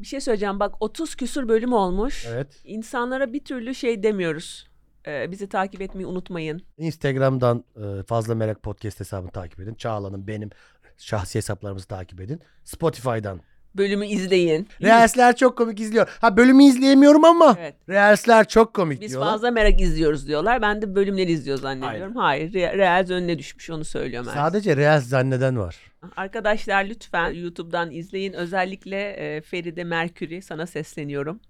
Bir şey söyleyeceğim bak 30 küsür bölüm olmuş. Evet. İnsanlara bir türlü şey demiyoruz. Ee, bizi takip etmeyi unutmayın. Instagram'dan e, Fazla Merak Podcast hesabını takip edin. Çağla'nın benim şahsi hesaplarımızı takip edin. Spotify'dan. Bölümü izleyin. Reelsler çok komik izliyor. Ha bölümü izleyemiyorum ama Evet. Reelsler çok komik Biz diyorlar. fazla merak izliyoruz diyorlar. Ben de bölümleri izliyor zannediyorum. Hayır. Re- Reels önüne düşmüş onu söylüyorum. her Sadece Reels zanneden var. Arkadaşlar lütfen YouTube'dan izleyin. Özellikle e, Feride Merkür'i sana sesleniyorum.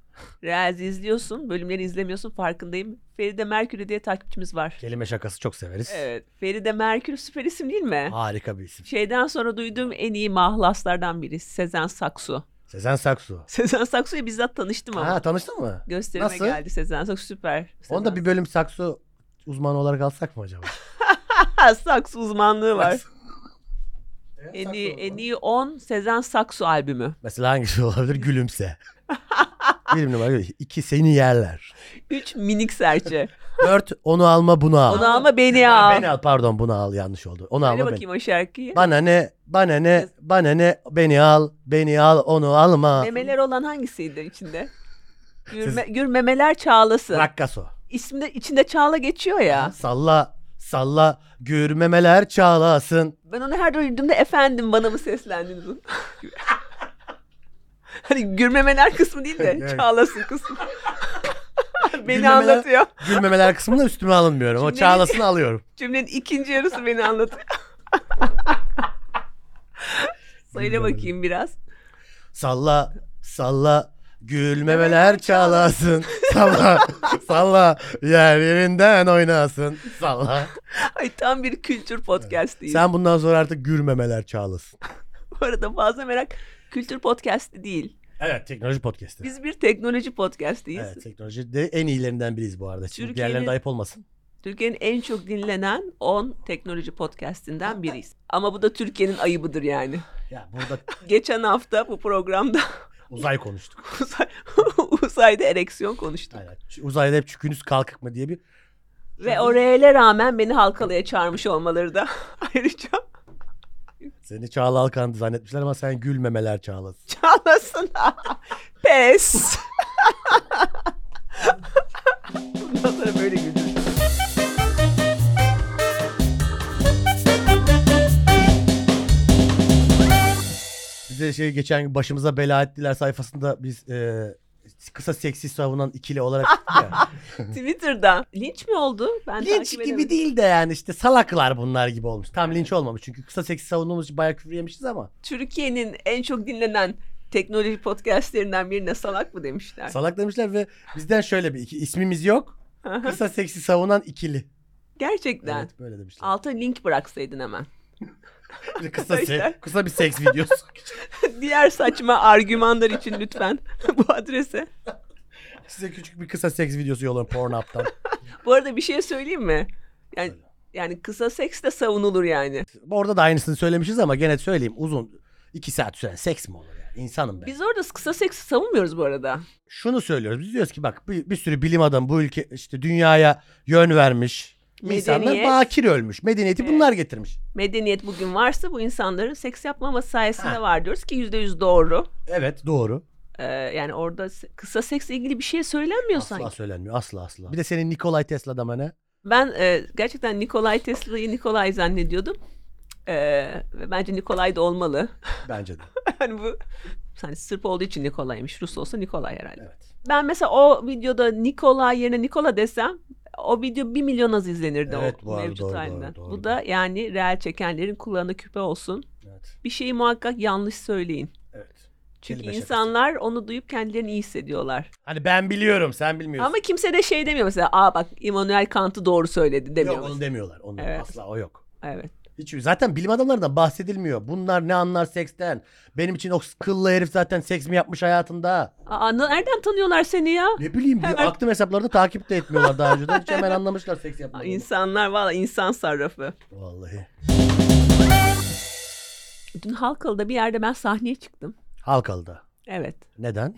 Reels izliyorsun, bölümleri izlemiyorsun farkındayım. Feride Merkür'i diye takipçimiz var. Kelime şakası çok severiz. Evet, Feride Merkür süper isim değil mi? Harika bir isim. Şeyden sonra duyduğum en iyi mahlaslardan biri Sezen Saksu. Sezen Aksu. Sezen Saksu'yu bizzat tanıştım ama. Ha tanıştın mı? Gösterime nasıl? geldi Sezen Saksu süper. Onu da bir bölüm saksu uzmanı olarak alsak mı acaba? Sezen Saksu uzmanlığı var. Evet, en saksı iyi, uzmanı. en iyi 10 Sezen Saksu albümü. Mesela hangisi olabilir? Gülümse. Bir numara. İki seni yerler. 3 minik serçe. Dört onu alma bunu al. Onu alma beni Ha, al. Beni al pardon bunu al yanlış oldu. Onu Söyle alma bakayım beni. o şarkıyı. Bana ne bana ne bana ne beni al beni al onu alma. Memeler olan hangisiydi içinde? Gür, me- gür memeler çağlası. Rakkaso. İsminde içinde çağla geçiyor ya. Salla salla gürmemeler çağlasın. Ben onu her duyduğumda efendim bana mı seslendiniz? hani gür memeler kısmı değil de Evet. çağlasın kısmı. beni Gülmemeler- anlatıyor. Gülmemeler kısmını üstüme alınmıyorum. O Şimdi- çağlasını alıyorum. Cümlenin ikinci yarısı beni anlatıyor. Söyle Gülmemeler. bakayım biraz. Salla salla gülmemeler çağlasın. Salla salla yer yerinden oynasın. Salla. Ay tam bir kültür podcastıyız. Sen bundan sonra artık gülmemeler çağlasın. Bu arada fazla merak kültür podcasti değil. Evet teknoloji podcast'i. Biz bir teknoloji podcastiyiz. Evet teknolojide en iyilerinden biriyiz bu arada. Şimdi Türkiye'nin- diğerlerine de ayıp olmasın. Türkiye'nin en çok dinlenen 10 teknoloji podcastinden biriyiz. Ama bu da Türkiye'nin ayıbıdır yani. Ya burada Geçen hafta bu programda uzay konuştuk. uzay, uzayda ereksiyon konuştuk. Aynen. Ç- Uzayda hep çükünüz kalkık mı diye bir Ve oraya rağmen beni halkalıya çağırmış olmaları da ayrıca seni Çağla Alkan zannetmişler ama sen gülmemeler Çağla'sın. çağlasın. Pes. Bundan sonra böyle güldüreceğim. Bize şey geçen gün başımıza bela ettiler sayfasında biz e, kısa seksi savunan ikili olarak çıktık ya. Twitter'da linç mi oldu? Ben linç takip gibi edemedim. değil de yani işte salaklar bunlar gibi olmuş. Tam linç olmamış çünkü kısa seksi savunduğumuz için bayağı küfür yemişiz ama. Türkiye'nin en çok dinlenen teknoloji podcastlerinden birine salak mı demişler? Salak demişler ve bizden şöyle bir iki ismimiz yok. Kısa seksi savunan ikili. Gerçekten. Evet böyle demişler. Alta link bıraksaydın hemen. Bir kısa, se- Arkadaşlar. kısa bir seks videosu. Diğer saçma argümanlar için lütfen bu adrese. Size küçük bir kısa seks videosu yolluyorum Pornhub'dan. Bu arada bir şey söyleyeyim mi? Yani yani kısa seks de savunulur yani. Orada da aynısını söylemişiz ama gene söyleyeyim uzun 2 saat süren seks mi olur yani? İnsanım ben. Biz orada kısa seksi savunmuyoruz bu arada. Şunu söylüyoruz. Biz diyoruz ki bak bir, bir sürü bilim adamı bu ülke işte dünyaya yön vermiş. İnsanlar Medeniyet. bakir ölmüş. Medeniyeti Evet. bunlar getirmiş. Medeniyet bugün varsa bu insanların seks yapmaması sayesinde Ha. var diyoruz ki yüzde yüz doğru. Evet doğru. Ee, yani orada se- kısa seksle ilgili bir şey söylenmiyor Asla sanki. söylenmiyor. Asla asla. Bir de senin Nikolay Tesla'da mı ne? Ben e, gerçekten Nikolay Tesla'yı Nikolay zannediyordum. E, ve bence Nikolay da olmalı. Bence de. hani bu hani Sırp olduğu için Nikolay'mış. Rus olsa Nikolay herhalde. Evet. Ben mesela o videoda Nikolay yerine Nikola desem o video 1 milyon az izlenirdi Evet, bu o arada mevcut doğru, halinden. doğru, doğru. Bu da yani reel çekenlerin kulağına küpe olsun. Evet. Bir şeyi muhakkak yanlış söyleyin. evet. Çünkü Kelime şakası. insanlar onu duyup kendilerini iyi hissediyorlar. Hani ben biliyorum sen bilmiyorsun. Ama kimse de şey demiyor mesela aa bak Immanuel Kant'ı doğru söyledi demiyor. Yok onu mesela. demiyorlar. Onu Evet. asla o yok. Evet. Hiç zaten bilim adamlarından bahsedilmiyor. Bunlar ne anlar seksten? Benim için o kıllı herif zaten seks mi yapmış hayatında? Aa ne- nereden tanıyorlar seni ya? Ne bileyim bir Hemen- aklım hesaplarını takip de etmiyorlar daha önceden. Hiç hemen anlamışlar seks Aa, yapmayı. İnsanlar valla insan sarrafı. Vallahi. Dün Halkalı'da bir yerde ben sahneye çıktım. Halkalı'da. Evet. Neden?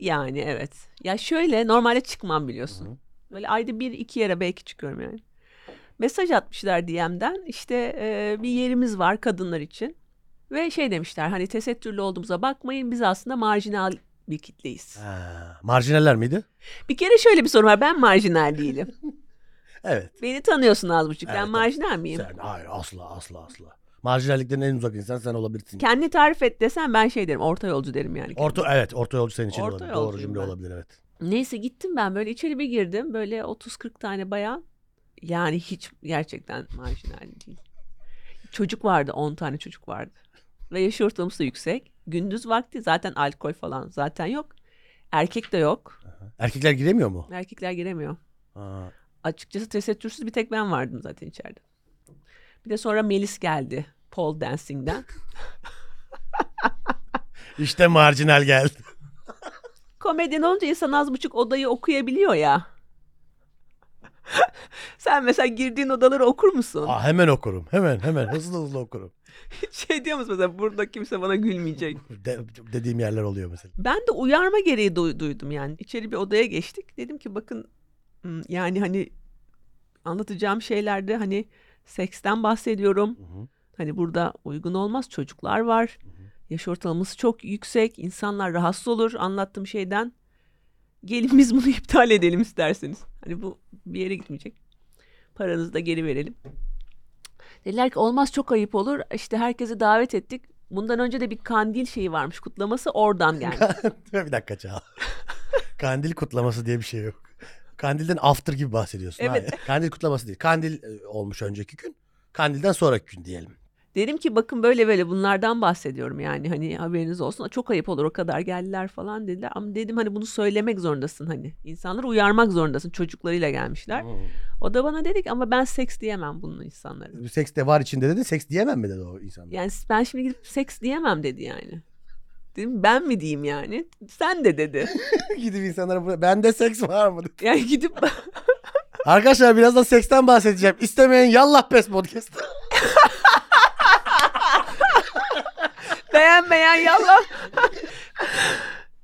Yani evet. Ya şöyle normalde çıkmam biliyorsun. Hı hı. Böyle ayda bir iki yere belki çıkıyorum yani. Mesaj atmışlar DM'den işte e, bir yerimiz var kadınlar için. Ve şey demişler hani tesettürlü olduğumuza bakmayın biz aslında marjinal bir kitleyiz. Ha, marjinaller miydi? Bir kere şöyle bir soru var ben marjinal değilim. Evet. Beni tanıyorsun az buçuk Evet, ben tabii. marjinal miyim? Sen, hayır asla asla asla. Marjinallikten en uzak insan sen olabilirsin. Kendini tarif et desen ben şey derim orta yolcu derim yani. Orta evet orta yolcu senin için Orta olabilir. Doğru yolcuyum cümle ben. olabilir evet. Neyse gittim ben böyle içeri bir girdim böyle 30-40 tane bayan yani hiç gerçekten marjinal değil. Çocuk vardı 10 tane çocuk vardı ve yaş ortalaması da yüksek. Gündüz vakti zaten alkol falan zaten yok. Erkek de yok. Erkekler giremiyor mu? Erkekler giremiyor. Ha. Açıkçası tesettürsüz bir tek ben vardım zaten içeride. Bir de sonra Melis geldi pole dancing'den. İşte marjinal geldi. Komedyen olunca insan az buçuk odayı okuyabiliyor ya. Sen mesela girdiğin odaları okur musun? Aa, hemen okurum. Hemen hemen hızlı hızlı okurum. şey diyor musun mesela burada kimse bana gülmeyecek. De- dediğim yerler oluyor mesela. Ben de uyarma gereği du- duydum yani. İçeri bir odaya geçtik. Dedim ki bakın hmm, yani hani anlatacağım şeylerde hani seksten bahsediyorum. Hı hı. Hani burada uygun olmaz çocuklar var. Yaş ortalaması çok yüksek. İnsanlar rahatsız olur anlattığım şeyden. Gelin biz bunu iptal edelim isterseniz. Hani bu bir yere gitmeyecek. Paranızı da geri verelim. Dediler ki olmaz çok ayıp olur. İşte herkese davet ettik. Bundan önce de bir kandil şeyi varmış kutlaması oradan geldi. bir dakika Çağla. Kandil kutlaması diye bir şey yok. Kandilden after gibi bahsediyorsun. Evet. Hayır. Kandil kutlaması değil. Kandil e, olmuş önceki gün. Kandilden sonraki gün diyelim. Dedim ki bakın böyle böyle bunlardan bahsediyorum yani hani haberiniz olsun. Çok ayıp olur o kadar geldiler falan dediler. Ama dedim hani bunu söylemek zorundasın hani. İnsanları uyarmak zorundasın. Çocuklarıyla gelmişler. O da bana dedi ki ama ben seks diyemem bunun insanlara. Hmm. Seks de var içinde dedin. Seks diyemem mi dedi o insan? Yani ben şimdi gidip seks diyemem dedi yani. Dedim ben mi diyeyim yani? Sen de dedi. Gidip insanlara buraya, bende seks var mı? dedi. Yani gidip Arkadaşlar birazdan seksten bahsedeceğim. İstemeyen yallah pes podcast. beğenmeyen yalan.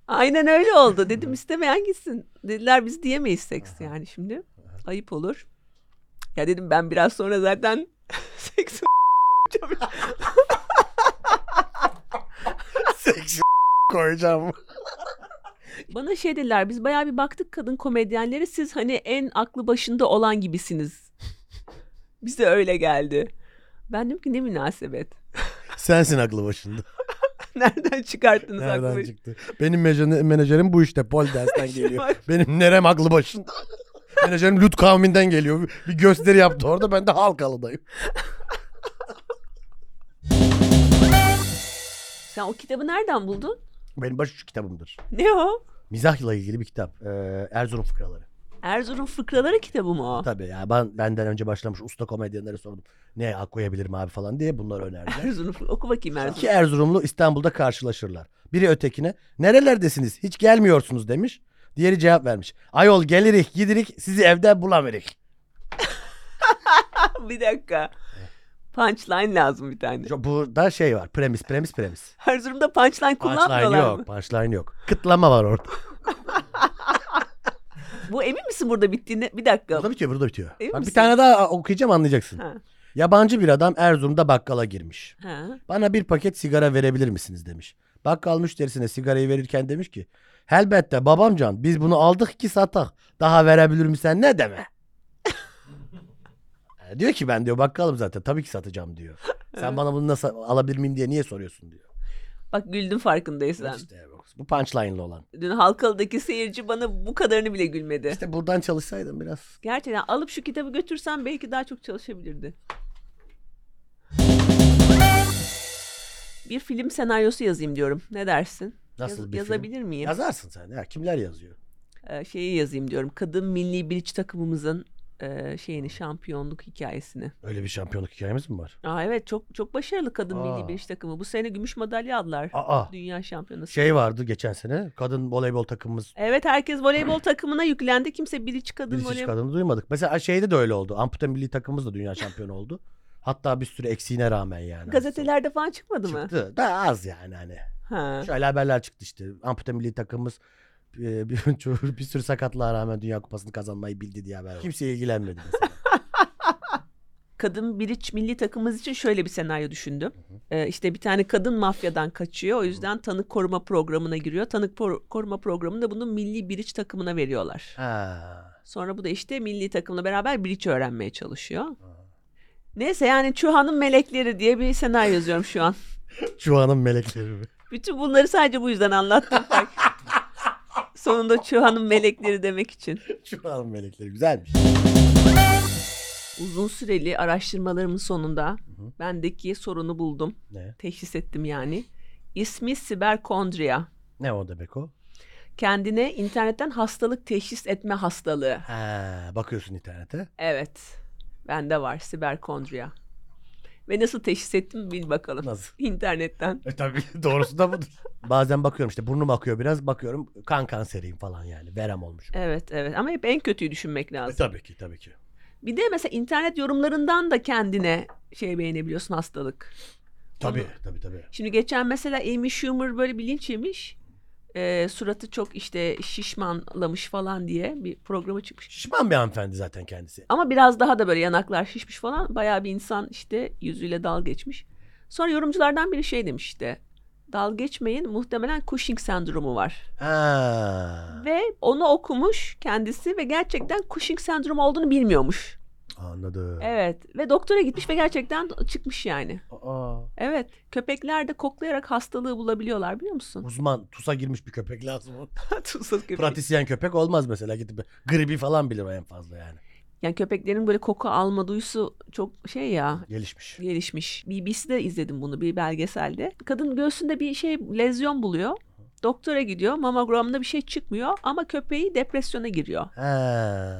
Aynen öyle oldu. Dedim istemeyen gitsin. Dediler biz diyemeyiz seks yani şimdi. Ayıp olur. Ya dedim ben biraz sonra zaten seks seks koyacağım. Bana şey dediler biz bayağı bir baktık kadın komedyenlere siz hani en aklı başında olan gibisiniz. Bize öyle geldi. Ben dedim ki ne münasebet. Sensin aklı başında. Nereden çıkarttınız aklı Nereden başı- çıktı? Benim menajerim, menajerim bu işte. Pol dersten geliyor. bak. Benim nerem aklı başında. menajerim Lut kavminden geliyor. Bir- Bir gösteri yaptı orada. Ben de Halkalı'dayım. Sen o kitabı nereden buldun? Benim başucu kitabımdır. Ne o? Mizahla ilgili bir kitap. Ee, Erzurum fıkraları. Erzurum Fıkraları kitabı mı o? Tabii ya ben benden önce başlamış usta komedyenlere sordum. Ne koyabilirim abi falan diye bunlar önerdiler. Erzurum Fık- Oku bakayım Erzurum. İki Erzurumlu İstanbul'da karşılaşırlar. Biri ötekine nerelerdesiniz hiç gelmiyorsunuz demiş. Diğeri cevap vermiş. Ayol gelirik gidirik sizi evden bulamirik. bir dakika. Eh. Punchline lazım bir tane. Jo- Burada şey var premis premis premis. Erzurum'da punchline Punchline kullanmıyorlar mı? yok punchline yok. Kıtlama var orada. Bu emin misin burada bittiğini? Bir dakika. Burada bitiyor burada bitiyor. Emin Bak, bir misin? tane daha okuyacağım anlayacaksın. Ha. Yabancı bir adam Erzurum'da bakkala girmiş. Ha. Bana bir paket sigara verebilir misiniz demiş. Bakkal müşterisine sigarayı verirken demiş ki Elbette babamcan biz bunu aldık ki satak. Daha verebilir misin ne deme. E, diyor ki ben diyor bakkalım zaten tabii ki satacağım diyor. Sen Evet. bana bunu nasıl alabilir miyim diye niye soruyorsun diyor. Bak güldüm farkındaysan. Evet işte, bu punchline'lı olan. Dün Halkalı'daki seyirci bana bu kadarını bile gülmedi. İşte buradan çalışsaydım biraz. Gerçekten alıp şu kitabı götürsem belki daha çok çalışabilirdi. Bir film senaryosu yazayım diyorum. Ne dersin? Nasıl Yaz- bir yazabilir film? miyim? Yazarsın sen. Ya, kimler yazıyor? Ee, şeyi yazayım diyorum. Kadın milli bilinç takımımızın e, şeyini, şampiyonluk hikayesini. Öyle bir şampiyonluk hikayemiz mi var? Aa evet çok çok başarılı kadın Aa. milli bilinç takımı. Bu sene gümüş madalya aldılar. Aa Dünya şampiyonası. şey vardı geçen sene. Kadın voleybol takımımız Evet herkes voleybol takımına yüklendi. Kimse bilinç kadın Biz hiç voleybol. kadını duymadık. Mesela şeyde de öyle oldu. Ampute milli takımımız da dünya şampiyonu oldu. Hatta bir sürü eksiğine rağmen yani. Gazetelerde falan çıkmadı mı? çıktı. Da az yani hani. Ha. Şöyle haberler çıktı işte. Ampute milli takımımız e, bir, çoğu- bir sürü sakatlığa rağmen dünya kupasını kazanmayı bildi diye haber var. Kimse ilgilenmedi mesela. kadın biriç milli takımımız için şöyle bir senaryo düşündüm. Ee, işte bir tane kadın mafyadan kaçıyor. O yüzden tanık koruma programına giriyor. Tanık por- koruma programında bunu milli biriç takımına veriyorlar. Ha. Sonra bu da işte milli takımla beraber biriç öğrenmeye çalışıyor. Neyse yani Çuha'nın melekleri diye bir senaryo yazıyorum şu an. Çuhanın melekleri mi? Bütün bunları sadece bu yüzden anlattım. Bak. Sonunda Çuha'nın melekleri demek için. Çuhanın melekleri güzelmiş. Uzun süreli araştırmalarımın sonunda bendeki sorunu buldum. Ne? Teşhis ettim yani. İsmi siberkondriya. Ne o demek o? Kendine internetten hastalık teşhis etme hastalığı. Ha, bakıyorsun internete. Evet. Bende var siberkondriya. Ve nasıl teşhis ettim bil bakalım. Nasıl? İnternetten. E tabii doğrusu da budur. Bazen bakıyorum işte burnum akıyor biraz bakıyorum kan kanseriyim falan yani verem olmuşum. Evet evet ama hep en kötüyü düşünmek E, lazım. tabii ki tabii ki. Bir de mesela internet yorumlarından da kendine şey beğenebiliyorsun hastalık. Tabii tabii tabii. Şimdi geçen mesela Amy Schumer böyle bir linç yemiş. Ee, suratı çok işte şişmanlamış falan diye bir programa çıkmış. Şişman bir hanımefendi zaten kendisi. Ama biraz daha da böyle yanaklar şişmiş falan. Bayağı bir insan işte yüzüyle dalga geçmiş. Sonra yorumculardan biri şey demiş işte. Dalga geçmeyin muhtemelen Cushing sendromu var. Ha. Ve onu okumuş kendisi ve gerçekten Cushing sendromu olduğunu bilmiyormuş. Anladım. Evet ve doktora gitmiş ve gerçekten çıkmış yani. Aa. Evet köpekler de koklayarak hastalığı bulabiliyorlar biliyor musun? Uzman tusa girmiş bir köpek lazım. ona. Tuzsuz köpek. Pratisyen köpek olmaz mesela gidip gribi falan bilir o en fazla yani. Yani köpeklerin böyle koku alma duyusu çok şey ya Gelişmiş. gelişmiş. BBC'de izledim bunu bir belgeselde. Kadın göğsünde bir şey lezyon buluyor. Doktora gidiyor. Mamogramda bir şey çıkmıyor ama köpeği depresyona giriyor. Ha.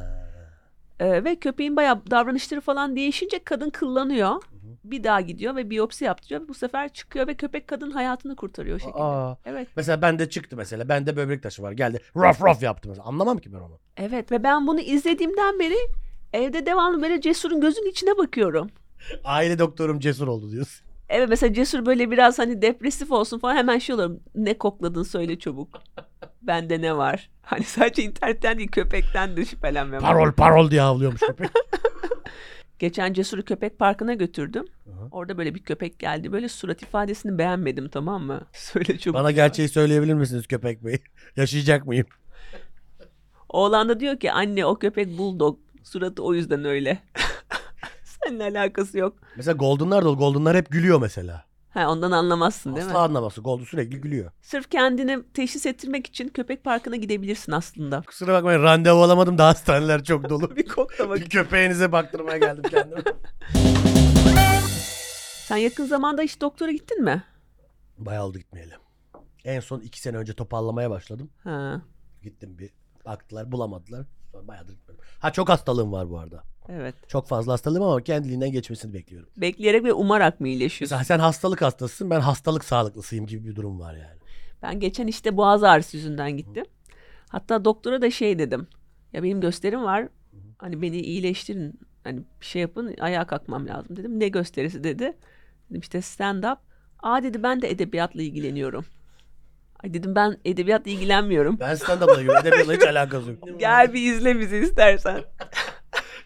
Ee, ve köpeğin bayağı davranışları falan değişince kadın kıllanıyor. hı. Bir daha gidiyor ve biyopsi yaptırıyor. Bu sefer çıkıyor ve köpek kadın hayatını kurtarıyor o şekilde. Aa. Evet. Mesela bende çıktı mesela. Bende böbrek taşı var. Geldi. Raf raf yaptı mesela. Anlamam ki ben onu. Evet ve ben bunu izlediğimden beri evde devamlı böyle Cesur'un gözünün içine bakıyorum. Aile doktorum cesur oldu diyorsun. Evet mesela Cesur böyle biraz hani depresif olsun falan hemen şey olurum. Ne kokladın söyle çabuk. Bende ne var? Hani sadece internetten değil köpekten de şüphelenmem. Parol parol diye havlıyormuş köpek. Geçen Cesur'u köpek parkına götürdüm. Aha. Orada böyle bir köpek geldi. Böyle surat ifadesini beğenmedim tamam mı? Söyle çabuk. Bana gerçeği söyleyebilir misiniz köpek bey? Yaşayacak mıyım? Oğlan da diyor ki anne o köpek bulldog. Suratı o yüzden öyle. Seninle alakası yok. Mesela Golden'lar da Golden'lar hep gülüyor mesela. Ha, ondan anlamazsın değil mi? Asla anlaması. Golden sürekli gülüyor. Sırf kendini teşhis ettirmek için köpek parkına gidebilirsin aslında. Kusura bakmayın randevu alamadım da hastaneler çok dolu. Bir koklamak. Bir Köpeğinize baktırmaya geldim kendime. Sen yakın zamanda hiç doktora gittin mi? Bayağı oldu gitmeyelim. En son iki sene önce toparlamaya başladım. Ha, Gittim bir baktılar bulamadılar. Sonra bayağıdır gitmedim. Ha çok hastalığım var bu arada. evet. Çok fazla hastalığım ama kendiliğinden geçmesini bekliyorum. Bekleyerek ve umarak mı iyileşiyorsun? Mesela sen hastalık hastasısın ben hastalık sağlıklısıyım gibi bir durum var yani. Ben geçen işte boğaz ağrısı yüzünden gittim. Hatta doktora da şey dedim. Ya benim gösterim var. Hani beni iyileştirin. Hani bir şey yapın ayağa kalkmam lazım dedim. Ne gösterisi dedi. Dedim işte stand up. Aa dedi ben de edebiyatla ilgileniyorum. Ay dedim ben edebiyatla ilgilenmiyorum. Ben stand-up'la gibi edebiyatla hiç alakası yok. Gel bir izle bizi istersen.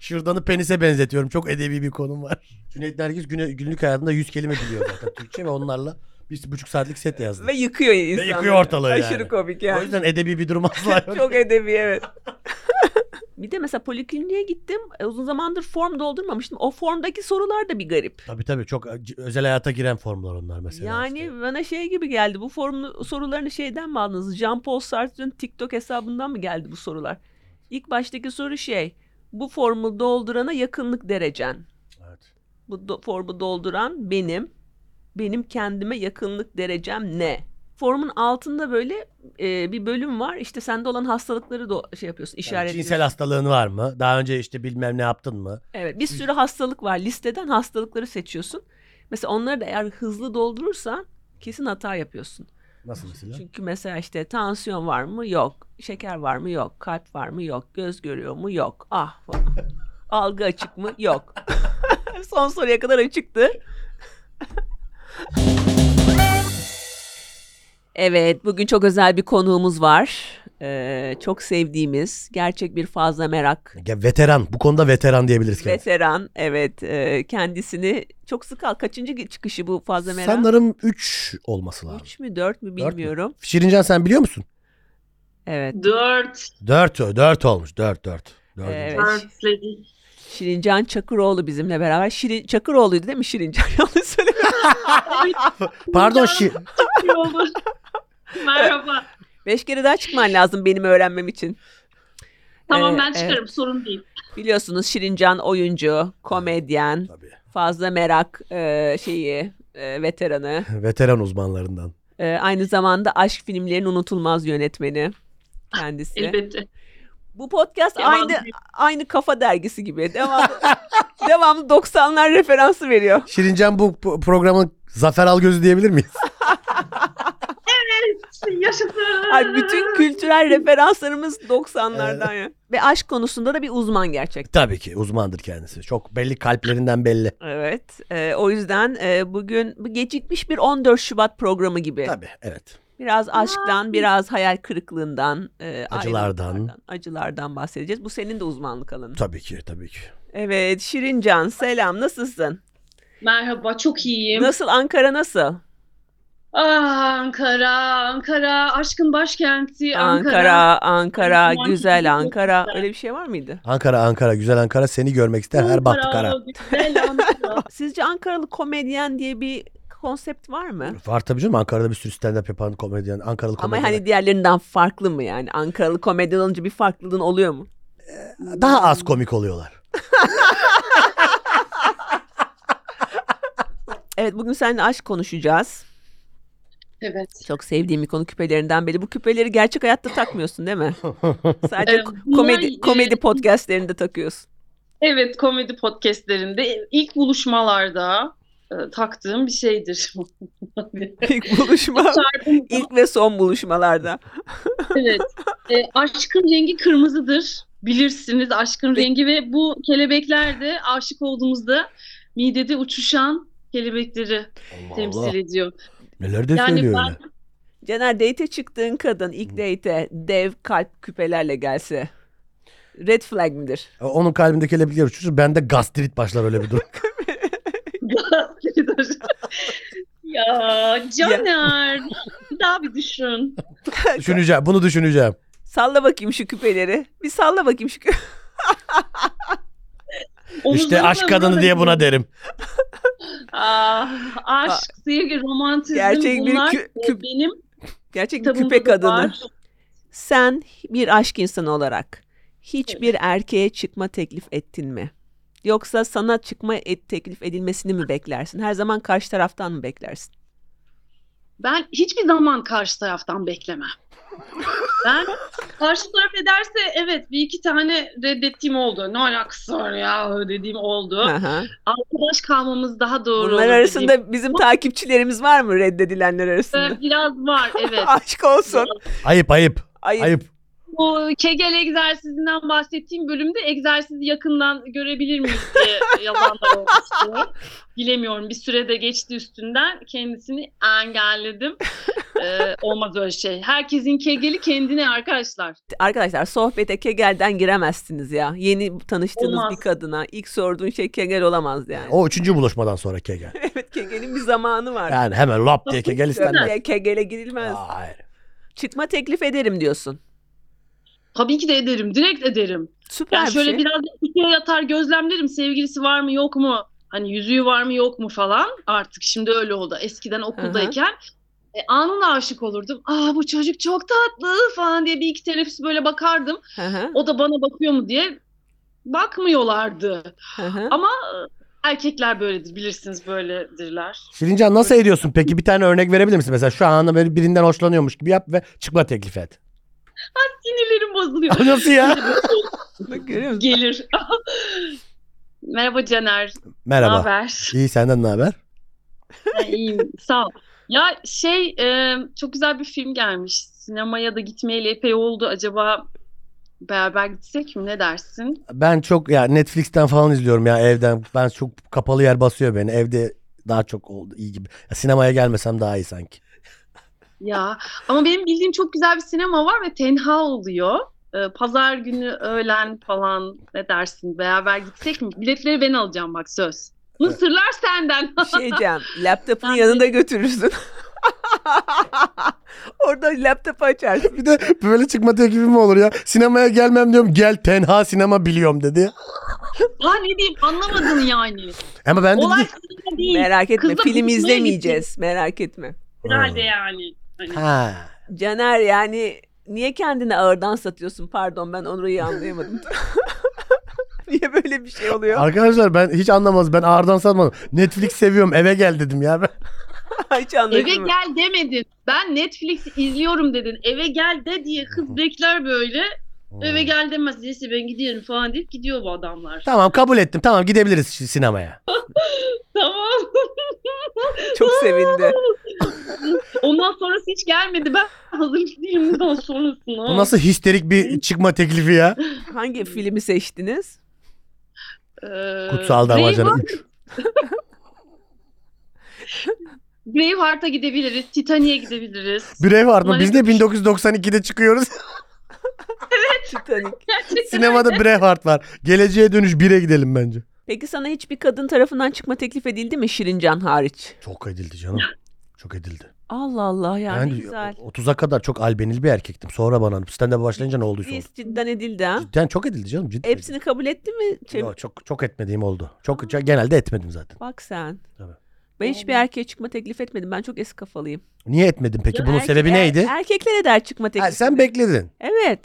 Şırdanı penise benzetiyorum. Çok edebi bir konum var. Cüneyt Nergis güne- günlük hayatında 100 kelime biliyor zaten Türkçe ve onlarla bir buçuk saatlik set yazdı. Ve yıkıyor insanları. yıkıyor ortalığı yani. Aşırı komik yani. O yüzden edebi bir durum asla yok. Çok edebi evet. bir de mesela polikliniğe gittim. E, Uzun zamandır form doldurmamıştım. O formdaki sorular da bir garip. Tabii tabii çok ac- özel hayata giren formlar onlar mesela. yani işte. bana şey gibi geldi. Bu formun sorularını şeyden mi aldınız? Jean-Paul Sartre'ın TikTok hesabından mı geldi bu sorular? İlk baştaki soru şey. Bu formu doldurana yakınlık derecen. Evet. Bu do- formu dolduran benim. Benim kendime yakınlık derecem ne? Formun altında böyle e, bir bölüm var. İşte sende olan hastalıkları da şey yapıyorsun, Yani işaretliyorsun. cinsel hastalığın var mı? Daha önce işte bilmem ne yaptın mı? Evet bir sürü hastalık var. Listeden hastalıkları seçiyorsun. Mesela onları da eğer hızlı doldurursan kesin hata yapıyorsun. Nasıl mesela? Çünkü mesela işte tansiyon var mı? Yok. Şeker var mı? Yok. Kalp var mı? Yok. Göz görüyor mu? Yok. Ah. vah. Algı açık mı? Yok. Son soruya kadar açıktı. evet, bugün çok özel bir konuğumuz var. e, çok sevdiğimiz gerçek bir fazla merak Ya veteran. Bu konuda veteran diyebiliriz kendisine. veteran evet e, kendisini çok sık al kaçıncı çıkışı bu fazla merak? Sanırım 3 olması lazım. 3 mü 4 mü Dört mü? bilmiyorum. Şirincan sen biliyor musun? Evet. Dört. 4 4 olmuş. 4 4. Evet. Dörtledik. Şirincan Çakıroğlu bizimle beraber. Şirin Çakıroğlu'ydu değil mi Şirincan? Yanlış söylemedim. Pardon şi İyi olur. Merhaba. Beş kere daha çıkman lazım benim öğrenmem için. Tamam Ee, ben e, çıkarım sorun değil. biliyorsunuz Şirincan oyuncu, komedyen, Tabii. fazla merak e, şeyi e, veteranı. Veteran uzmanlarından. E, aynı zamanda aşk filmlerinin unutulmaz yönetmeni kendisi. Elbette. Bu podcast Devam aynı aynı kafa dergisi gibi. Devamlı, devamlı 90'lar referansı veriyor. Şirincan bu bu programın Zafer Algözü diyebilir miyiz? Yaşasın. Ay, bütün kültürel referanslarımız 90'lardan ya. Ve aşk konusunda da bir uzman gerçekten. Tabii ki uzmandır kendisi. Çok belli kalplerinden belli. Evet. e, o yüzden e, bugün bu gecikmiş bir 14 Şubat programı gibi. Tabii evet. Biraz aşktan, biraz hayal kırıklığından, e, Acılardan. ayrılıklardan, acılardan bahsedeceğiz. Bu senin de uzmanlık alanın. Tabii ki tabii ki. Evet, Şirincan selam. Nasılsın? Merhaba çok iyiyim. Nasıl Ankara nasıl? Ah, Ankara, Ankara, aşkın başkenti Ankara. Ankara, Ankara, Ankara. güzel Çok Ankara. güzel. Öyle bir şey var mıydı? Ankara Ankara güzel Ankara seni görmek ister her bahtı kara. güzel Ankara. Sizce Ankaralı komedyen diye bir konsept var mı? Var tabii canım Ankara'da bir sürü stand-up yapan komedyen Ankaralı Ama komedyen. hani diğerlerinden farklı mı yani? Ankaralı komedyen olunca bir farklılığın oluyor mu? Ee, Daha az komik oluyorlar. Evet bugün seninle aşk konuşacağız. Evet. Çok sevdiğim bir konu küpelerinden biri. Bu küpeleri gerçek hayatta takmıyorsun değil mi? Sadece Ee, ko- bunlar, komedi e, komedi podcastlerinde takıyorsun. Evet komedi podcastlerinde ilk buluşmalarda e, taktığım bir şeydir. İlk buluşma, Çarpım- ilk ve son buluşmalarda. Evet. E, aşkın rengi kırmızıdır. Bilirsiniz aşkın rengi ve bu kelebekler de aşık olduğumuzda midede uçuşan kelebekleri Allah temsil Allah. ediyor. Neler de Yani söylüyor ben- öyle. Cener date çıktığın kadın ilk date dev kalp küpelerle gelse red flag midir? Onun kalbinde kelebekler uçuşur. Bende gastrit başlar öyle bir durum. ya Caner daha bir düşün. düşüneceğim. Bunu düşüneceğim. Salla bakayım şu küpeleri. Bir salla bakayım şu küpeleri. işte Omuzlarına aşk kadını diye buna derim. Ah, aşk, sevgi, romantizm Gerçek bir bunlar kü- e, küp- benim Gerçek bir kitabımda küpe da kadını. var. Sen bir aşk insanı olarak hiçbir erkeğe çıkma teklif ettin mi? Yoksa sana çıkma et, teklif edilmesini mi beklersin? Her zaman karşı taraftan mı beklersin? Ben hiçbir zaman karşı taraftan beklemem. ben karşı taraf ederse evet bir iki tane reddettiğim oldu. Ne alakası var ya dediğim oldu. Aha. Arkadaş kalmamız daha doğru Bunlar olur dediğim. arasında bizim takipçilerimiz var mı reddedilenler arasında? Ee, biraz var evet. Aşk olsun. Ayıp ayıp. Ayıp. Ayıp. Bu kegel egzersizinden bahsettiğim bölümde egzersizi yakından görebilir miyiz diye yalanlar olmuştu. Bilemiyorum bir sürede geçti üstünden kendisini engelledim. Ee, olmaz öyle şey. Herkesin kegeli kendine arkadaşlar. Arkadaşlar sohbete kegelden giremezsiniz ya. Yeni tanıştığınız Olmaz. bir kadına ilk sorduğun şey kegel olamaz yani. O üçüncü buluşmadan sonra kegel. evet kegelin bir zamanı var. Yani hemen lap diye kegel istenmez. Şöyle kegele girilmez. Hayır. Çıkma teklif ederim diyorsun. Tabii ki de ederim. Direkt ederim. Süper Yani bir şöyle şey. biraz ikiye yatar gözlemlerim. Sevgilisi var mı yok mu? Hani yüzüğü var mı yok mu falan. Artık şimdi öyle oldu. Eskiden okuldayken e, anında aşık olurdum. Aa bu çocuk çok tatlı falan diye bir iki teneffüs böyle bakardım. Hı hı, O da bana bakıyor mu diye bakmıyorlardı. hı hı. Ama e, erkekler böyledir bilirsiniz böyledirler. Şirincan nasıl ediyorsun peki? Bir tane örnek verebilir misin? Mesela şu anda böyle birinden hoşlanıyormuş gibi yap ve çıkma teklif et. Sinirlerim bozuluyor. Nasıl ya? Bak görüyor musun? Gelir. Merhaba Caner. Ne Merhaba. haber? İyi senden ne haber? Ben iyiyim. Sağ ol. Ya şey e, çok güzel bir film gelmiş. Sinemaya da gitmeyeli epey oldu. Acaba beraber gitsek mi? Ne dersin? Ben çok ya Netflix'ten falan izliyorum ya evden. Ben çok kapalı yer basıyor beni. Evde daha çok oldu iyi gibi. Ya sinemaya gelmesem daha iyi sanki. Ya ama benim bildiğim çok güzel bir sinema var ve tenha oluyor. Ee, pazar günü öğlen falan ne dersin beraber gitsek mi? Biletleri ben alacağım bak söz. Mısırlar senden. Şey Cem, laptopun yanında götürürsün. Orada laptopu açarsın. Bir de böyle çıkma teklifi mi olur ya? Sinemaya gelmem diyorum. Gel tenha sinema biliyorum dedi. Aa ne diyeyim anlamadın yani. Ama ben de Olay dedim- sinema değil. Merak etme Kızla film buluşmaya izlemeyeceğiz. Merak etme. Herhalde yani. Hani, Ha. Caner yani niye kendini ağırdan satıyorsun? Pardon ben orayı anlayamadım. niye böyle bir şey oluyor? Arkadaşlar ben hiç anlamaz. Ben ağırdan satmadım. Netflix seviyorum. Eve gel dedim ya. Ben. Hiç anlayamadım. eve gel demedin. Ben Netflix izliyorum dedin. Eve gel de diye kız bekler böyle. Eve gel demez. Neyse ben gidiyorum falan deyip gidiyor bu adamlar. Tamam kabul ettim. Tamam gidebiliriz şi- sinemaya. Tamam. Çok sevindi. Ondan sonrası hiç gelmedi. Ben hazır değilim bundan sonrasına. Bu nasıl histerik bir çıkma teklifi ya? Hangi filmi seçtiniz? Ee, Kutsal Davacanı Brave- 3. Braveheart'a gidebiliriz. Titanic'e gidebiliriz. Braveheart mı? Ulan Biz de 1992'de çıkıyoruz. Titanic. Gerçekten Sinemada Braveheart var. Geleceğe dönüş 1'e gidelim bence. Peki sana hiçbir kadın tarafından çıkma teklif edildi mi Şirincan hariç? Çok edildi canım. Çok edildi. Allah Allah ya ne ben güzel. 30'a kadar çok albenil bir erkektim. Sonra bana stand-up'a başlayınca ne olduysa oldu. Biz cidden edildi ha. Cidden çok edildi canım. Cidden. Hepsini kabul etti mi? Çev- Yo, çok çok etmediğim oldu. Çok çok- genelde etmedim zaten. Bak sen. Tabii. Ben hiçbir erkeğe çıkma teklif etmedim. Ben çok eski kafalıyım. Niye etmedin peki? Ya Bunun erke- sebebi er- neydi? Erkeklere der çıkma Ha, teklifi. sen bekledin. Evet.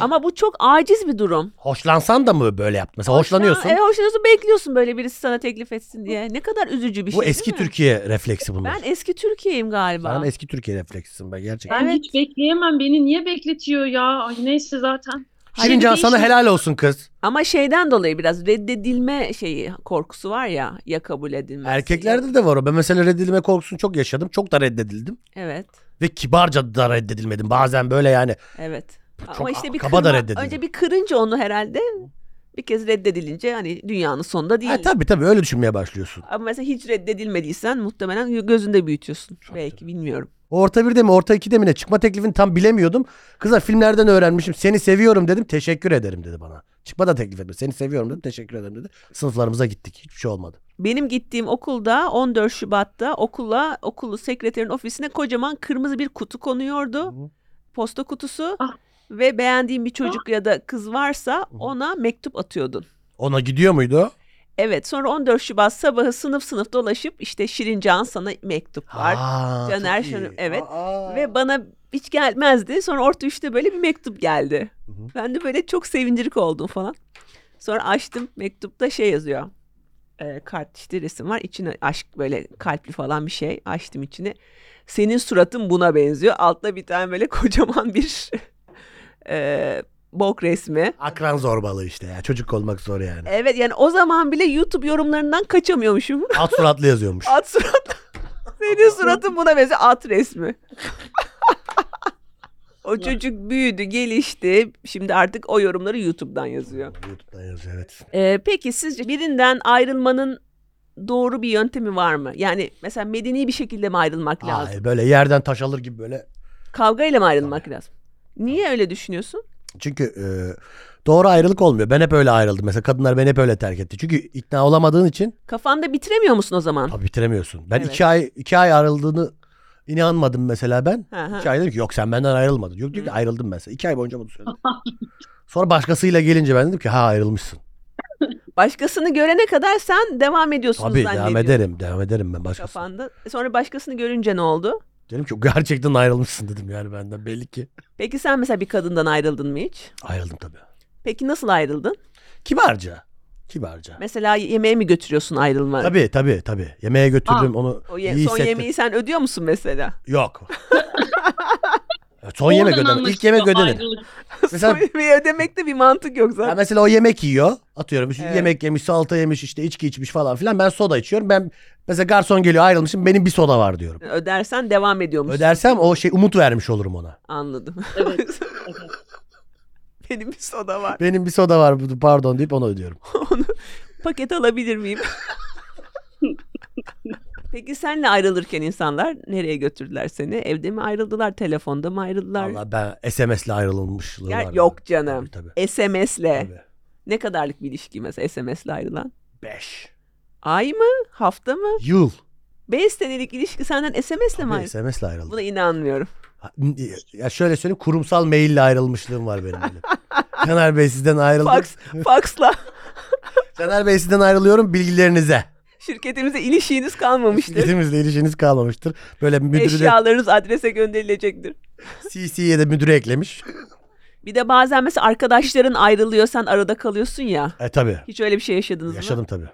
Ama bu çok aciz bir durum. Hoşlansan da mı böyle yaptın? Mesela hoşlanıyorsun. Evet hoşlanıyorsun bekliyorsun böyle birisi sana teklif etsin diye. Ne kadar üzücü bir şey Bu eski değil mi? Türkiye refleksi bunlar. Ben eski Türkiye'yim galiba. Sen eski Türkiye refleksisin ben gerçekten. Ben Evet. hiç bekleyemem. Beni niye bekletiyor ya? Ay neyse zaten. Şirincan Hayır, şey sana değişim- helal olsun kız. Ama şeyden dolayı biraz reddedilme şeyi korkusu var ya ya kabul edilmez. Erkeklerde de var o. Ben mesela reddedilme korkusunu çok yaşadım. Çok da reddedildim. Evet. Ve kibarca da reddedilmedim. Bazen böyle yani. Evet. Çok Ama işte bir kaba da kırma- reddedildim. önce bir kırınca onu herhalde bir kez reddedilince hani dünyanın sonunda değil. Ha, tabii tabii öyle düşünmeye başlıyorsun. Ama mesela hiç reddedilmediysen muhtemelen gözünde büyütüyorsun. Belki bilmiyorum. O Orta birde mi orta ikide mi ne çıkma teklifini tam bilemiyordum. Kıza filmlerden öğrenmişim. Seni seviyorum dedim. Teşekkür ederim dedi bana. Çıkma da teklif etmedi. Seni seviyorum dedim. Teşekkür ederim dedi. Sınıflarımıza gittik. Hiçbir şey olmadı. Benim gittiğim okulda 14 Şubat'ta okula okulu sekreterin ofisine kocaman kırmızı bir kutu konuyordu. Hı. Posta kutusu Ah. ve beğendiğin bir çocuk ya da kız varsa Ah. Hı. ona mektup atıyordun. Ona gidiyor muydu? o? Evet sonra 14 Şubat sabahı sınıf sınıf dolaşıp işte Şirincan sana mektup var. Aa, Caner çok iyi. Şenol, evet. Aa. Ve bana hiç gelmezdi. Sonra orta üçte böyle bir mektup geldi. Hı hı. Ben de böyle çok sevincilik oldum falan. Sonra açtım mektupta şey yazıyor. Ee, kart işte resim var. İçine aşk böyle kalpli falan bir şey. Açtım içini. Senin suratın buna benziyor. Altta bir tane böyle kocaman bir e, bok resmi. Akran zorbalığı işte ya. Çocuk olmak zor yani. Evet yani o zaman bile YouTube yorumlarından kaçamıyormuşum. Alt suratlı yazıyormuş. At surat. Senin suratın buna benziyor. At resmi. o çocuk büyüdü, gelişti. Şimdi artık o yorumları YouTube'dan yazıyor. YouTube'dan yazıyor evet. Ee, peki sizce birinden ayrılmanın doğru bir yöntemi var mı? Yani mesela medeni bir şekilde mi ayrılmak lazım? Ay, böyle yerden taş alır gibi böyle. Kavga ile mi ayrılmak lazım? Niye öyle düşünüyorsun? Çünkü e, doğru ayrılık olmuyor. Ben hep öyle ayrıldım. Mesela kadınlar beni hep öyle terk etti. Çünkü ikna olamadığın için Kafanda bitiremiyor musun o zaman? tabii bitiremiyorsun. Ben Evet. iki ay iki ay ayrıldığını inanmadım mesela ben. Hı hı. İki ay dedim ki yok sen benden ayrılmadın. Yok diyor ki ayrıldım ben sana. İki ay boyunca bunu söyledim. Sonra başkasıyla gelince ben dedim ki ha ayrılmışsın. Başkasını görene kadar sen devam ediyorsun Tabii devam zannediyorsun ederim. Devam ederim ben başkası. kafanda. Sonra başkasını görünce ne oldu? Dedim ki gerçekten ayrılmışsın dedim yani benden belli ki. Peki sen mesela bir kadından ayrıldın mı hiç? Ayrıldım tabii. Peki nasıl ayrıldın? Kibarca. Kibarca. Mesela yemeğe mi götürüyorsun ayrılma? Tabii tabii tabii. Yemeğe götürdüm onu O iyi ye- son hissettim. yemeği sen ödüyor musun mesela? Yok. son yemek ödenir. İlk yemek ödenir. Mesela- Son yemeği ödemekte bir mantık yok Ya zaten. mesela o yemek yiyor. Atıyorum işte Evet. yemek yemiş, salata yemiş, işte içki içmiş falan filan. Ben soda içiyorum. Ben mesela garson geliyor ayrılmışım. Benim bir soda var diyorum. Ödersen devam ediyormuş. Ödersem o şey umut vermiş olurum ona. Anladım. Evet, Benim bir soda var. Benim bir soda var bu- pardon deyip ona ödüyorum. Paket alabilir miyim? Peki senle ayrılırken insanlar nereye götürdüler seni? Evde mi ayrıldılar? Telefonda mı ayrıldılar? Valla ben SMS'le ayrılmışlığım Ya- var. yok canım. E? Tabii SMS'le. tabii. Ne kadarlık bir ilişki mesela SMS'le ayrılan? 5. Ay mı? Hafta mı? Yıl. 5 senelik ilişki senden SMS'le mi Tabii ayrıldın? SMS'le ayrıldım. Buna inanmıyorum. Ha, Ya şöyle söyleyeyim kurumsal maille ayrılmışlığım var benim. öyle. Caner Bey sizden ayrıldım. Fax, faxla Caner Bey sizden ayrılıyorum bilgilerinize. şirketimize ilişiğiniz kalmamıştır. Bizimle ilişkiniz kalmamıştır. Böyle müdürü de Eşyalarınız adrese gönderilecektir. CC'ye de müdürü eklemiş. Bir de bazen mesela arkadaşların ayrılıyor sen arada kalıyorsun ya. E tabii. Hiç öyle bir şey yaşadınız mı? Yaşadım tabii.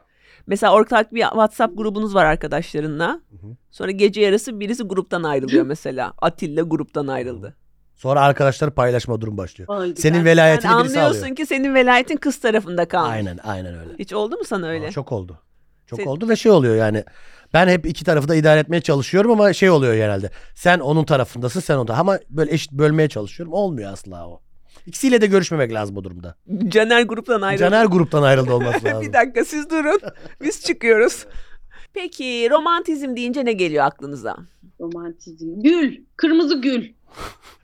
Mesela ortak bir WhatsApp grubunuz var arkadaşlarınla. hı. Sonra gece yarısı birisi gruptan ayrılıyor mesela. Atilla gruptan ayrıldı. Sonra arkadaşlar paylaşma durum başlıyor. Ay, Senin Yani velayetini birisi alıyor. anlıyorsun ki senin velayetin kız tarafında kalmış. Aynen aynen öyle. Hiç oldu mu sana öyle? Aa, çok oldu. Çok Sen- oldu ve şey oluyor yani. Ben hep iki tarafı da idare etmeye çalışıyorum ama şey oluyor genelde. Sen onun tarafındasın sen onda. Ama böyle eşit bölmeye çalışıyorum. Olmuyor asla o. İkisiyle de görüşmemek lazım bu durumda. Caner gruptan ayrıldı. Caner gruptan ayrıldı olması lazım. bir dakika siz durun. Biz çıkıyoruz. Peki romantizm deyince ne geliyor aklınıza? Romantizm. Gül. Kırmızı gül.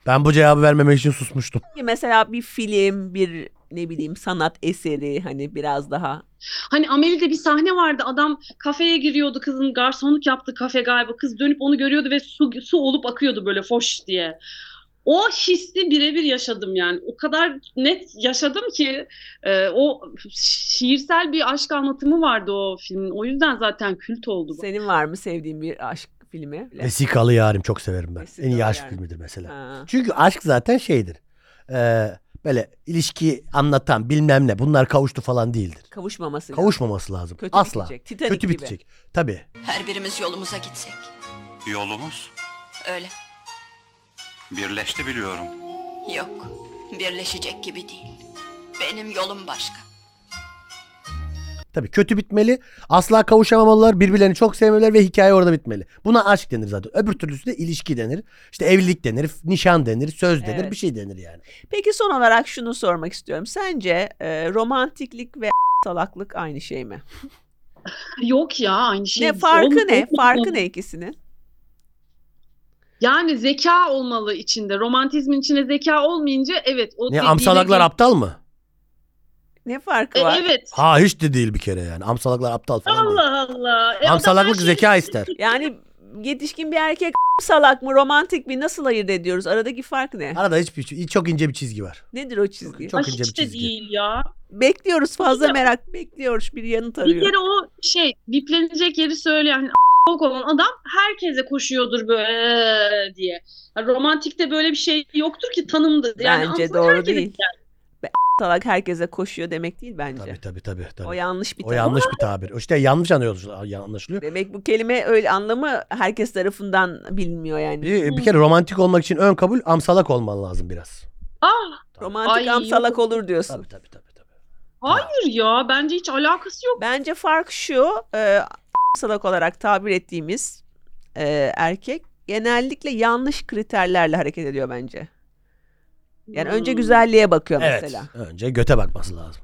Ben bu cevabı vermemek için susmuştum. Mesela bir film, bir ne bileyim sanat eseri hani biraz daha Hani Amelie'de bir sahne vardı. Adam kafeye giriyordu. Kızın garsonluk yaptığı kafe galiba. Kız dönüp onu görüyordu ve su, su olup akıyordu böyle foş diye. O hissi birebir yaşadım yani. O kadar net yaşadım ki e, o şiirsel bir aşk anlatımı vardı o filmin. O yüzden zaten kült oldu. bu. senin var mı sevdiğin bir aşk filmi? Vesikalı Yarim çok severim ben. Vesikalı en iyi aşk Yarim. filmidir mesela. Ha. Çünkü aşk zaten şeydir. Ee, böyle ilişki anlatan bilmem ne bunlar kavuştu falan değildir. Kavuşmaması. lazım. Kavuşmaması lazım. Kötü Asla. bitecek. Titanic Kötü gibi. bitecek. Tabii. Her birimiz yolumuza gitsek. Yolumuz Öyle. birleşti biliyorum. Yok. Birleşecek gibi değil. Benim yolum başka. Tabii kötü bitmeli. Asla kavuşamamalılar. Birbirlerini çok sevmeler ve hikaye orada bitmeli. Buna aşk denir zaten. Öbür türlüsü de ilişki denir. İşte evlilik denir, nişan denir, söz denir, Evet. bir şey denir yani. Peki son olarak şunu sormak istiyorum. Sence e, romantiklik ve salaklık aynı şey mi? Yok ya aynı şey. ne farkı Olmuyor. ne? Farkı ne ikisinin? Yani zeka olmalı içinde. Romantizmin içinde zeka olmayınca evet. O Ne dediğine amsalaklar gel- aptal mı? Ne farkı E, var? evet. Ha hiç de değil bir kere yani. Amsalaklar aptal falan değil. Allah Allah. E, Amsalaklık şey- adam her zeka ister. Yani yetişkin bir erkek salak mı, romantik mi nasıl ayırt ediyoruz? Aradaki fark ne? Arada hiçbir şey- çok ince bir çizgi var. Nedir o çizgi? Çok Ay, ince bir hiç de çizgi. değil ya. Bekliyoruz fazla Bir- merak bekliyoruz bir yanıt Bir arıyor. kere o şey biplenecek yeri Hani söyleyen yani olan adam herkese koşuyordur böyle diye. Yani romantikte böyle bir şey yoktur ki tanımda. Yani Bence aslında doğru herkes- değil. Be- salak herkese koşuyor demek değil bence. Tabii tabii tabii. tabii. O yanlış bir O tanım. yanlış bir tabir. O işte yanlış anlıyoruz, anlaşılıyor. Demek bu kelime öyle anlamı herkes tarafından bilinmiyor yani. Bir, bir kere romantik olmak için ön kabul amsalak olman lazım biraz. Ah, Romantik Ay, amsalak olur diyorsun. Tabii tabii tabii. tabii. hayır ya bence hiç alakası yok. Bence fark şu, e, salak olarak tabir ettiğimiz e, erkek genellikle yanlış kriterlerle hareket ediyor bence. Yani önce Hmm. güzelliğe bakıyor Evet. mesela. Önce göte bakması lazım.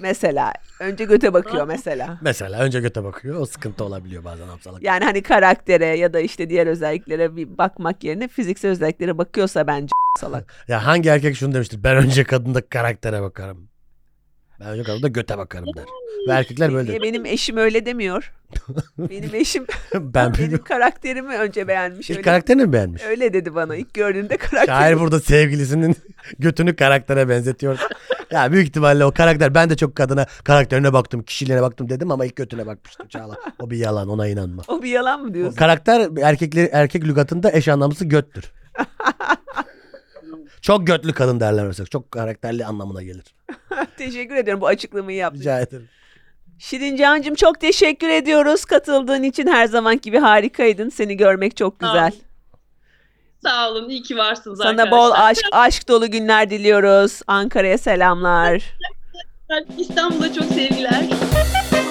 Mesela önce göte bakıyor mesela. Mesela önce göte bakıyor. O sıkıntı olabiliyor bazen amsalak. Yani hani karaktere ya da işte diğer özelliklere bir bakmak yerine fiziksel özelliklere bakıyorsa bence salak. Ya hangi erkek şunu demiştir? Ben önce kadında karaktere bakarım. Ben önce kadında göte bakarım der. Ve erkekler böyle der. Niye benim eşim öyle demiyor? Benim eşim ben benim bilmiyorum. karakterimi önce beğenmiş. İlk Öyle, karakterini mi beğenmiş? öyle dedi bana ilk gördüğünde karakter. Şair burada sevgilisinin götünü karaktere benzetiyor. ya büyük ihtimalle o karakter ben de çok kadına karakterine baktım, kişiliğine baktım dedim ama ilk götüne bakmıştım Çağla. O bir yalan, ona inanma. O bir yalan mı O diyorsun? karakter erkekleri erkek lügatında eş anlamlısı göttür. çok götlü kadın derler mesela. Çok karakterli anlamına gelir. Teşekkür ediyorum bu açıklamayı yaptığın için. Rica ederim. Şirin Can'cığım çok teşekkür ediyoruz. Katıldığın için her zaman gibi harikaydın. Seni görmek çok Sağ güzel. olun. Sağ olun iyi ki varsınız Sana arkadaşlar. bol aşk, aşk dolu günler diliyoruz. Ankara'ya selamlar. İstanbul'a çok sevgiler.